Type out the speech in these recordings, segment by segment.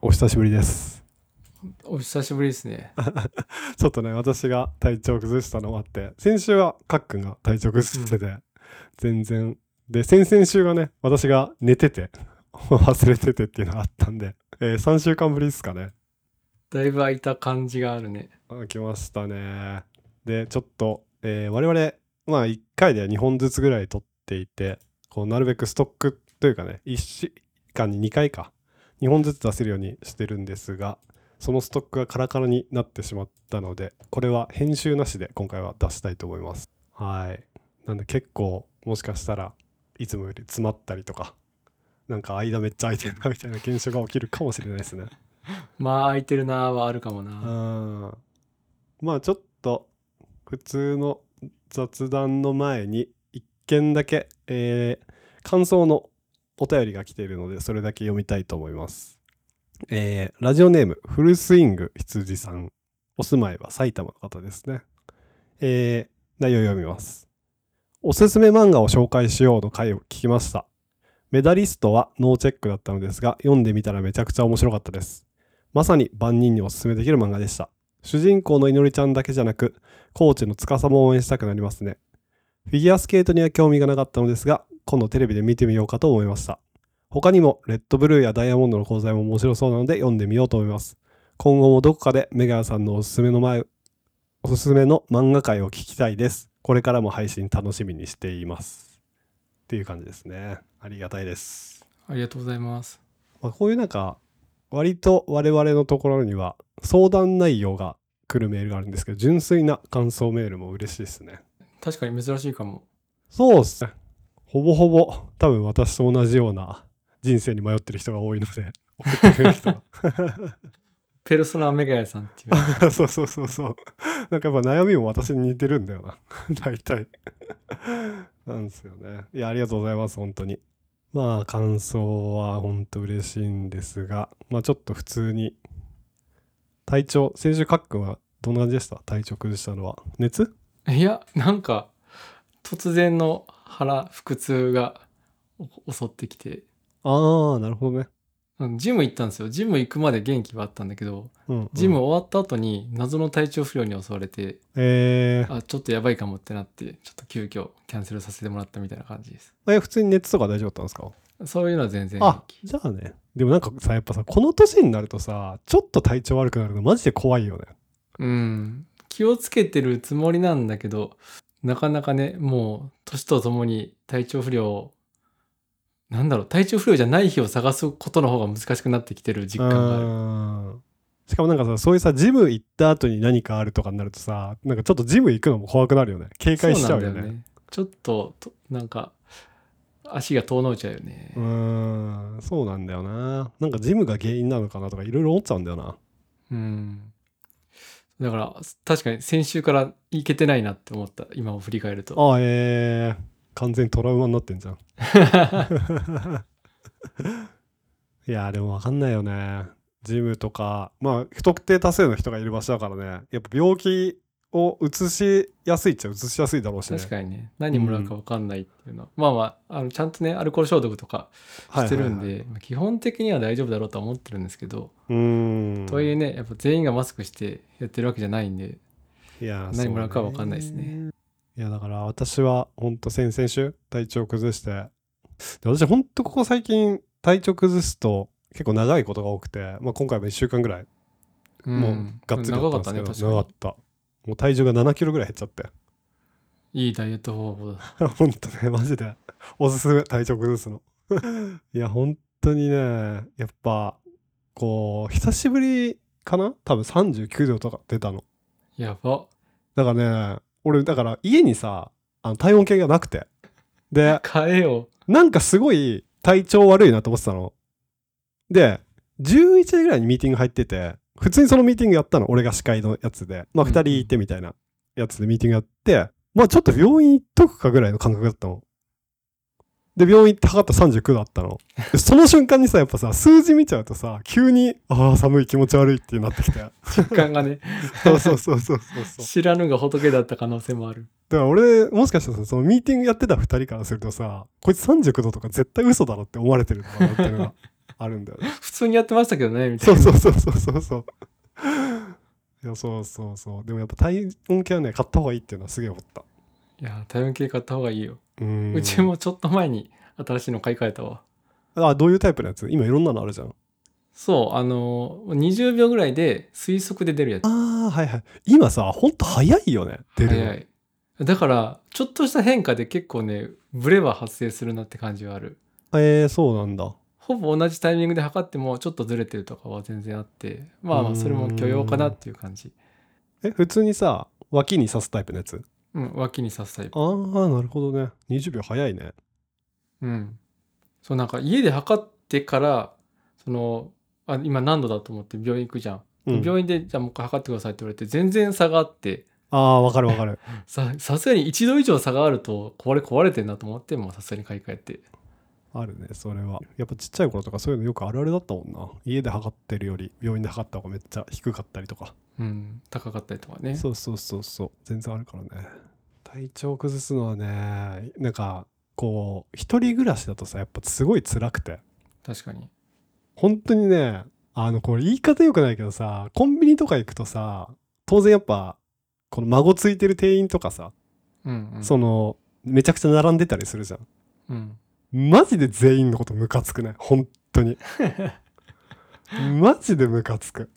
お久しぶりです。お久しぶりですね。ちょっとね、私が体調崩したのもあって、先週はかっくんが体調崩してて、全然。で、先々週がね、私が寝てて、 忘れててっていうのがあったんで、え3週間ぶりですかね。だいぶ空いた感じがあるね。あ来ましたね。で、ちょっと、えー我々、まあ1回で2本ずつぐらい撮っていて、こうなるべくストックというかね、1週間に2回か、2本ずつ出せるようにしてるんですが、そのストックがカラカラになってしまったので、これは編集なしで今回は出したいと思います。はい。なんで結構、もしかしたらいつもより詰まったりとか、なんか間めっちゃ空いてるなみたいな現象が起きるかもしれないですね。まあ空いてるなーはあるかもな。うんまあちょっと普通の雑談の前に一件だけ、えー感想のお便りが来ているのでそれだけ読みたいと思います。えーラジオネームフルスイング羊さんお住まいは埼玉の方ですね。えー内容を読みます。おすすめ漫画を紹介しようの回を聞きました。メダリストはノーチェックだったのですが読んでみたらめちゃくちゃ面白かったです。まさに万人におすすめできる漫画でした。主人公のいのりちゃんだけじゃなく、コーチの司も応援したくなりますね。フィギュアスケートには興味がなかったのですが、今度テレビで見てみようかと思いました。他にも、レッドブルーやダイヤモンドの講座も面白そうなので読んでみようと思います。今後もどこかでメガヤさんのおすすめの前、おすすめの漫画界を聞きたいです。これからも配信楽しみにしています。っていう感じですね。ありがたいです。ありがとうございます。まあ、こういうなんか割と我々のところには相談内容が来るメールがあるんですけど純粋な感想メールも嬉しいですね確かに珍しいかも。そうっすねほぼほぼ多分私と同じような人生に迷ってる人が多いので送ってくれる人がペルソナメガヤさんってい う。そうそうそうそうなんかやっぱ悩みも私に似てるんだよな 大体なんですよねいやありがとうございます本当にまあ感想は本当嬉しいんですがまあちょっと普通に体調先週かっくんはどんな感じでした体調崩したのは熱 いや、なんか突然の腹、腹痛がお襲ってきて。ああなるほどねあのジム行ったんですよ。ジム行くまで元気はあったんだけど、うん、うんジム終わった後に謎の体調不良に襲われて、えーあ、ちょっとやばいかもってなって、ちょっと急遽キャンセルさせてもらったみたいな感じです。え普通に熱とか大丈夫だったんですかそういうのは全然あじゃあねでもなんかさやっぱさこの年になるとさちょっと体調悪くなるのマジで怖いよねうん、気をつけてるつもりなんだけどなかなかねもう年とともに体調不良をなんだろう体調不良じゃない日を探すことの方が難しくなってきてる実感があるうんしかもなんかさそういうさジム行った後に何かあるとかになるとさなんかちょっとジム行くのも怖くなるよね警戒しちゃうよそなんだねちょっととなんか足が遠のいちゃうよねうーんそうなんだよななんかジムが原因なのかなとかいろいろ思っちゃうんだよなうんだから確かに先週からいけてないなって思った今を振り返るとあえー、完全にトラウマになってんじゃん いやーでも分かんないよねジムとかまあ不特定多数の人がいる場所だからねやっぱ病気をうつしやすいっちゃうつしやすいだろうしね確かにね何もらうか分かんないっていうのは、まあまああのちゃんとねアルコール消毒とかはいしてるんで、はいはいまあ基本的には大丈夫だろうとは思ってるんですけど、うーんとはいえねやっぱ全員がマスクしてやってるわけじゃないんでいやー何もらうかは分かんないですそねういやだから私はほんと先々週体調崩してで私ほんとここ最近体調崩すと結構長いことが多くて、まあ、今回も1週間ぐらいもうがっつりや長っかたんっでたすけど、長ね確かにかったもう体重が7キロぐらい減っちゃって いいダイエット方法だほんとね、マジで。おすすめ、体調崩すの。 いや、本当にね、やっぱ、こう、久しぶりかな多分39度とか出たの。やばだからね、俺、だから家にさ、あの体温計がなくて。で、変えよなんかすごい体調悪いなと思ってたの。で、11時ぐらいにミーティング入ってて、普通にそのミーティングやったの、俺が司会のやつで。まあ、うんうん2人いてみたいなやつでミーティングやって、まあ、ちょっと病院行っとくかぐらいの感覚だったの。で、病院行って測ったら39度あったの。でその瞬間にさ、やっぱさ、数字見ちゃうとさ、急に、ああ、寒い気持ち悪いってなって きて。実感がねそうそうそうそうそう そう。知らぬが仏だった可能性もあるだから俺もしかしたらさそのミーティングやってた2人からするとさこいつ39度とか絶対嘘だろって思われてるのかなっていうのがあるんだよね。普通にやってましたけどね、みたいそうな。そうそうそうそうそう。いやそうそうそう。でもやっぱ体温計はね買った方がいいっていうのはすげえ思った。いや、体温計買った方がいいよ。うーんうちもちょっと前に新しいの買い替えたわ。あどういうタイプのやつ今いろんなのあるじゃん。そう、あのー、20秒ぐらいで推測で出るやつ。ああはいはい。今さほんと早いよね出るの早い。だから、ちょっとした変化で結構ね、ブレは発生するなって感じはある。えー、そうなんだ。ほぼ同じタイミングで測っても、ちょっとずれてるとかは全然あって、まあまうあ、んそれも許容かなっていう感じ。え普通にさ脇に刺すタイプのやつうん、脇に刺すタイプ。ああなるほどね20秒早いねうん。そう、なんか家で測ってから、その、あ今何度だと思って病院行くじゃん。うん病院で、じゃあもう一回測ってくださいって言われて、全然差があって、ああわかるわかるささすがに1度以上差があると、壊れ壊れてんなと思って、もうさすがに買い替えて。あるねそれはやっぱちっちゃい頃とかそういうのよくあるあるだったもんな家で測ってるより病院で測った方がめっちゃ低かったりとかうん、高かったりとかね。そうそうそうそう全然あるからね体調崩すのはねなんかこう一人暮らしだとさやっぱすごい辛くて確かに。本当にねあのこれ言い方よくないけどさコンビニとか行くとさ当然やっぱこの孫ついてる店員とかさうん、うん。そのめちゃくちゃ並んでたりするじゃんうん。マジで全員のことムカつくね本当 にマジでムカつく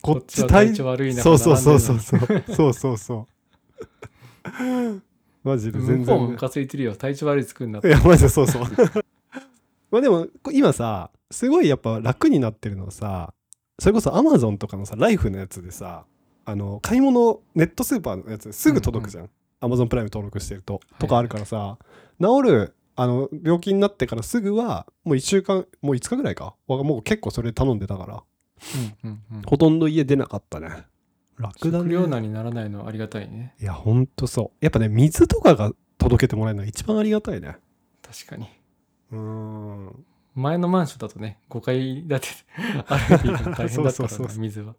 ここっっちちは体体調悪いな。そうそうそうそううそう そうそうそうマジで全向こうも然、ムカついてるよ。体調悪い作るんだっいて。やマジでそう そうまあでもこ今さすごいやっぱ楽になってるのはさそれこそアマゾンとかのさライフのやつでさあの買い物ネットスーパーのやつすぐ届くじゃんアマゾンプライム登録してるといとかあるからさ、治るあの病気になってからすぐはもう1週間もう5日ぐらいかはもう結構それ頼んでたからうんうんうん。ほとんど家出なかったね楽だ食糧ね難にならないのはありがたいね。いやほんとそうやっぱね水とかが届けてもらえるのが一番ありがたいね確かに。うーん前のマンションだとね、5階建て歩いていくの大変 そうだったそうかそうらね、そう水は。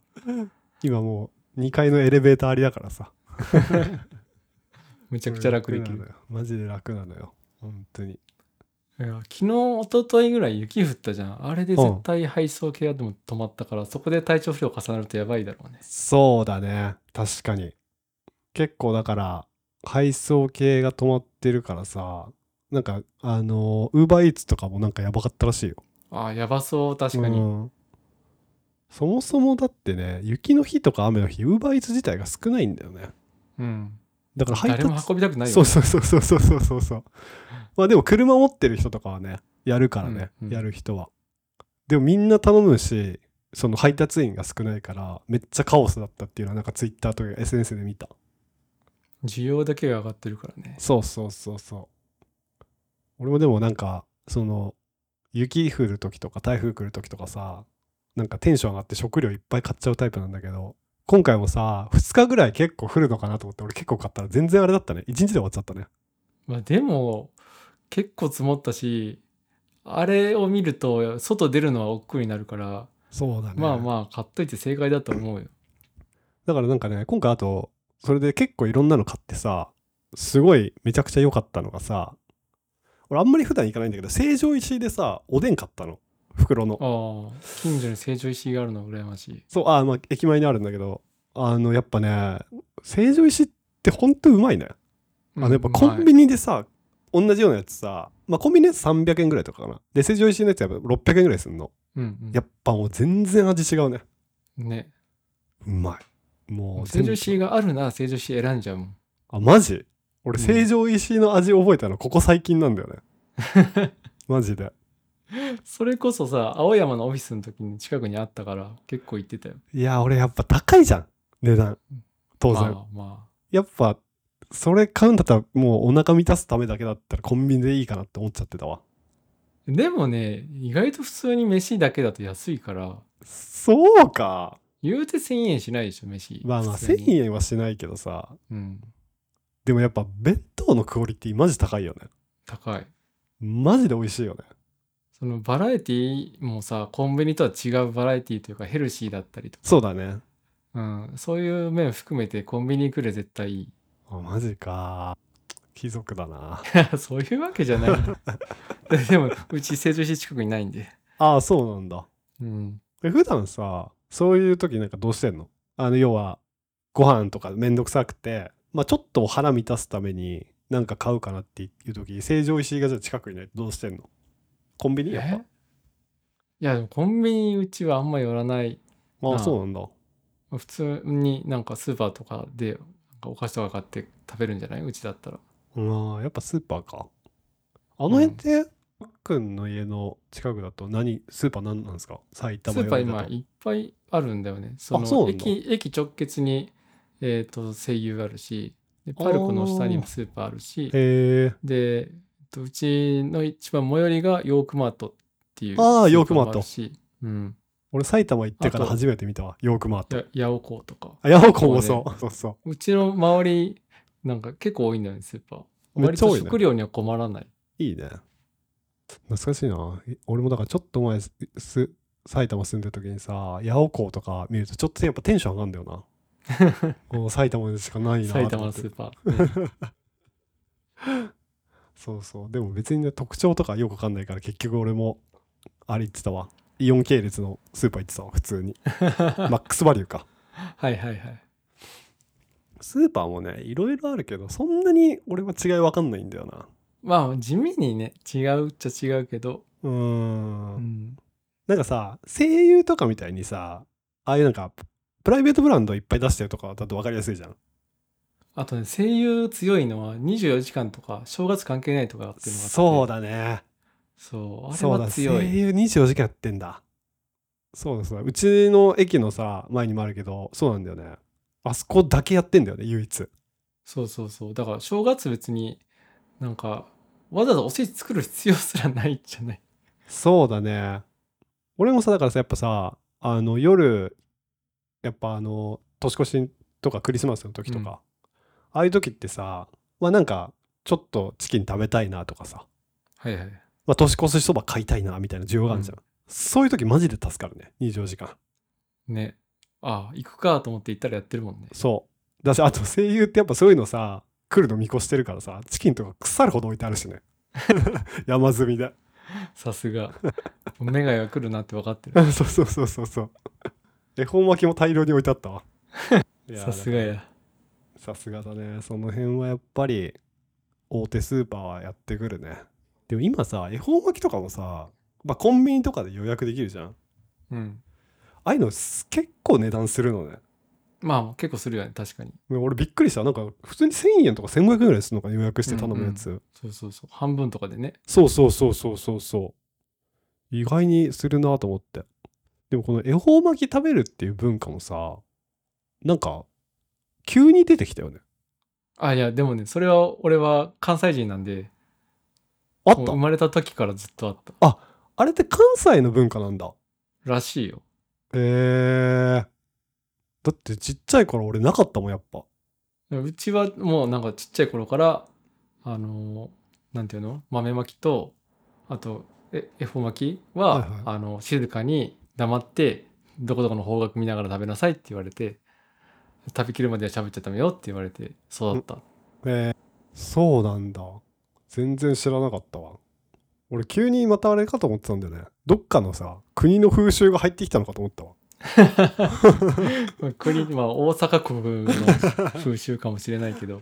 今もう2階のエレベーターありだからさめめちゃくちゃ楽できる。マジで楽なのよ本当にいや昨日、一昨日ぐらい雪降ったじゃん。あれで絶対配送系でも止まったから、そこで体調不良重なるとやばいだろうね。そうだね確かに結構だから配送系が止まってるからさなんかあのウーバーイーツとかもなんかやばかったらしいよああ、やばそう、確かに。うんそもそもだってね雪の日とか雨の日ウーバーイーツ自体が少ないんだよねうん。だから配誰達も運びたくないよね。そうそうそうそうそうそうそうそうまあでも車持ってる人とかはねやるからね、うんうんやる人はでもみんな頼むしその配達員が少ないからめっちゃカオスだったっていうのはなんかツイッターとか SNS で見た需要だけが上がってるからね。そうそうそうそう俺もでもなんかその雪降る時とか台風来る時とかさなんかテンション上がって食料いっぱい買っちゃうタイプなんだけど今回もさ2日ぐらい結構降るのかなと思って俺結構買ったら全然あれだったね1日で終わっちゃったねまあでも結構積もったしあれを見ると外出るのは億劫になるから、そうだねまあまあ買っといて正解だと思うよ。だからなんかね今回あとそれで結構いろんなの買ってさすごいめちゃくちゃ良かったのがさ俺あんまり普段行かないんだけど成城石井でさおでん買ったの袋のああ近所に成城石井があるのは羨ましい。そうあまあ駅前にあるんだけどあのやっぱね成城石井ってほんとうまいねあのやっぱコンビニニでさ、同じようなやつさまあコンビニのやつ300円ぐらいとかかなで成城石井のやつやっぱ600円ぐらいすんのやっぱもう全然味違うねねうまいもう成全部城石井があるなら成城石井選んじゃうもん。あマジ俺うん成城石井の味覚えたのここ最近なんだよね マジでそれこそさ青山のオフィスの時に近くにあったから結構行ってたよ。いや俺やっぱ高いじゃん値段当然、まあまやっぱそれ買うんだったらもうお腹満たすためだけだったらコンビニでいいかなって思っちゃってたわあ。でもね意外と普通に飯だけだと安いからそうか言うて1000円しないでしょ飯。まあまあ普通に1000円はしないけどさうんでもやっぱ弁当のクオリティマジ高いよね高い。マジで美味しいよねそのバラエティもさコンビニとは違うバラエティというかヘルシーだったりとか、そうだねうん、そういう面含めてコンビニ行くより絶対いい あマジか貴族だな そういうわけじゃないでもうち成城石井近くにないんでああ、そうなんだ。うん。え普段さ、そういう時なんかどうしてんのあの、要は、ご飯とかめんどくさくて、まあちょっと腹満たすために、なんか買うかなっていう時、成城石井がじゃあ近くにないとどうしてんのコンビニやっえいや、でもコンビニうちはあんま寄らない。ぱ。あなあ、あそうなんだ。普通になんかスーパーとかでなんかお菓子とか買って食べるんじゃないうちだったら。うんあーやっぱスーパーか。あの辺って、あっくんの家の近くだと何、スーパー何なんですか埼ス玉ーパー寄りだ今といっぱいあるんだよね。そのそうなんだ駅駅直結に、えー、と声優あるしでパルコの下にもスーパーあるしへえで、えっとうちの一番最寄りがヨークマートっていうあースパもヨークマートるし、うん、俺埼玉行ってからあと初めて見たわヨークマートやヤオコーとかあヤオコもそう、そうそうちの周りなんか結構多いんだよねスーパー。うめっ割ちゃと多いね食料には困らない。いいね懐かしいなえ俺もだからちょっと前すす埼玉住んでる時にさヤオコとか見るとちょっとやっぱテンション上がるんだよ なもう埼玉でしかないなと思埼って玉のスーパー。うんそうそうでも別にね特徴とかよくわかんないから結局俺もあれ行ってたわイオン系列のスーパー行ってたわ普 通にマックスバリューかはいはいはい。スーパーもねいろいろあるけどそんなに俺は違いわかんないんだよなまあ地味にね違うっちゃ違うけど、うーんうん、なんかさ、声優とかみたいにさ、ああいうなんか、プライベートブランドいっぱい出してるとかだと分かりやすいじゃん。あとね声優強いのは24時間とか正月関係ないとかっていうのがあってそうだね。そうあれそうはだ、声強い優24時間やってんだ。そうだそうだ。うちの駅のさ、前にもあるけど、そうなんだよね。あそこだけやってんだよね、唯一。そうそうそうだから正月別になんかわざわざおせち作る必要すらないじゃないそうだね。俺もさ、だからさ、やっぱさ、あの、夜、やっぱあの、年越しとかクリスマスの時とか、ああいう時ってさ、まあなんか、ちょっとチキン食べたいなとかさ、はいはいまあ、年越しそば買いたいなみたいな需要があるじゃん、そういう時マジで助かるね24時間ねああ行くかと思って行ったらやってるもんねそうだしあと声優ってやっぱそういうのさ来るの見越してるからさチキンとか腐るほど置いてあるし ね山積みで さすが目が来るなって分かってるそうそうそうそうそう絵本巻きも大量に置いてあ ったわ いやさすがやさすがだねその辺はやっぱり大手スーパーはやってくるねでも今さ絵本巻きとかもさ、まあ、コンビニとかで予約できるじゃんうんああいうのす結構値段するのねまあ結構するよね確かにね俺びっくりしたなんか普通に1000円とか1500円ぐらいするのか予約して頼むやつ、そうそうそう半分とかでねそうそうそうそうそうそう意外にするなと思ってでもこの恵方巻き食べるっていう文化もさなんか急に出てきたよねあいやでもねそれは俺は関西人なんであもっうた生まれた時からずっとあったあれって関西の文化なんだらしいよへえだってちっちゃい頃俺なかったもんやっぱうちはもうなんかちっちゃい頃からあのーなんていうの豆巻きとあとえ恵方巻きは、はいはいあの静かに黙ってどこどこの方角見ながら食べなさいって言われて食べきるまでは喋っちゃダメよって言われて育ったえー、そうなんだ全然知らなかったわ俺急にまたあれかと思ってたんだよねどっかのさ国の風習が入ってきたのかと思ったわ 国まあ大阪国の風習かもしれないけど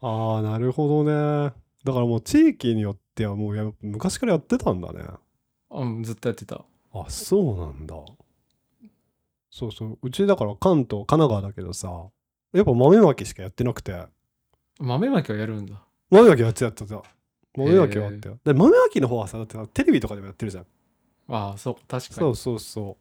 ああなるほどねだからもう地域によってはもうや昔からやってたんだねうんずっとやってたあそうなんだそうそううちだから関東神奈川だけどさやっぱ豆まきしかやってなくて豆巻きはやるんだ豆まきはやってたやってた豆まきはあったよで豆まきの方はさだってさテレビとかでもやってるじゃんああそう確かそにうそうそ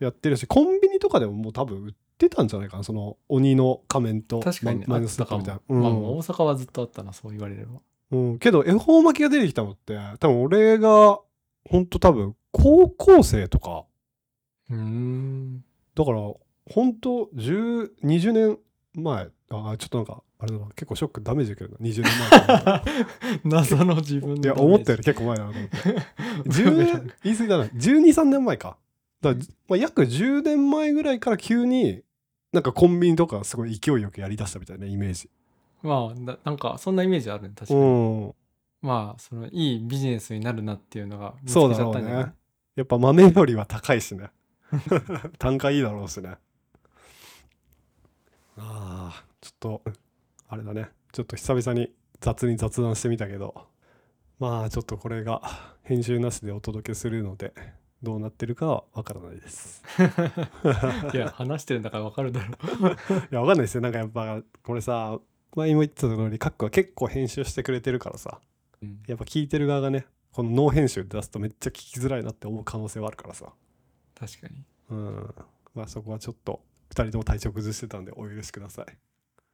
うやってるしコンビニとかでももう多分売ってたんじゃないかなその鬼の仮面と確かにねママイあナっスただかかみも、たいな、まあうんもう大阪はずっとあったなそう言われればうん、けど恵方巻きが出てきたのって多分俺がほんと多分高校生とかう ーんだからほんと10 20年前あちょっとなんかあれだな結構ショックダメージ受けるな20年前か な謎の自分のいやダメージ思ったより結構前だなと思って 10 10言い過ぎだな123年前かだから、まあ、約10年前ぐらいから急になんかコンビニとかすごい勢いよくやりだしたみたいなイメージ まあななんかそんなイメージあるね確かうに、んまあそのいいビジネスになるなっていうのが見つけそうちだゃろっうたんじゃないねやっぱ豆よりは高いしね 単価いいだろうしねああちょっとあれだねちょっと久々に雑に雑談してみたけどまあちょっとこれが編集なしでお届けするのでどうなってるかはわからないです いや話してるんだからわかるだろいやわかんないですよなんかやっぱこれさ前も言ってた通りカックは結構編集してくれてるからさう、うんやっぱ聞いてる側がねこのノー編集で出すとめっちゃ聞きづらいなって思う可能性はあるからさ確かにうんまあそこはちょっと2人とも体調崩してたんでお許しください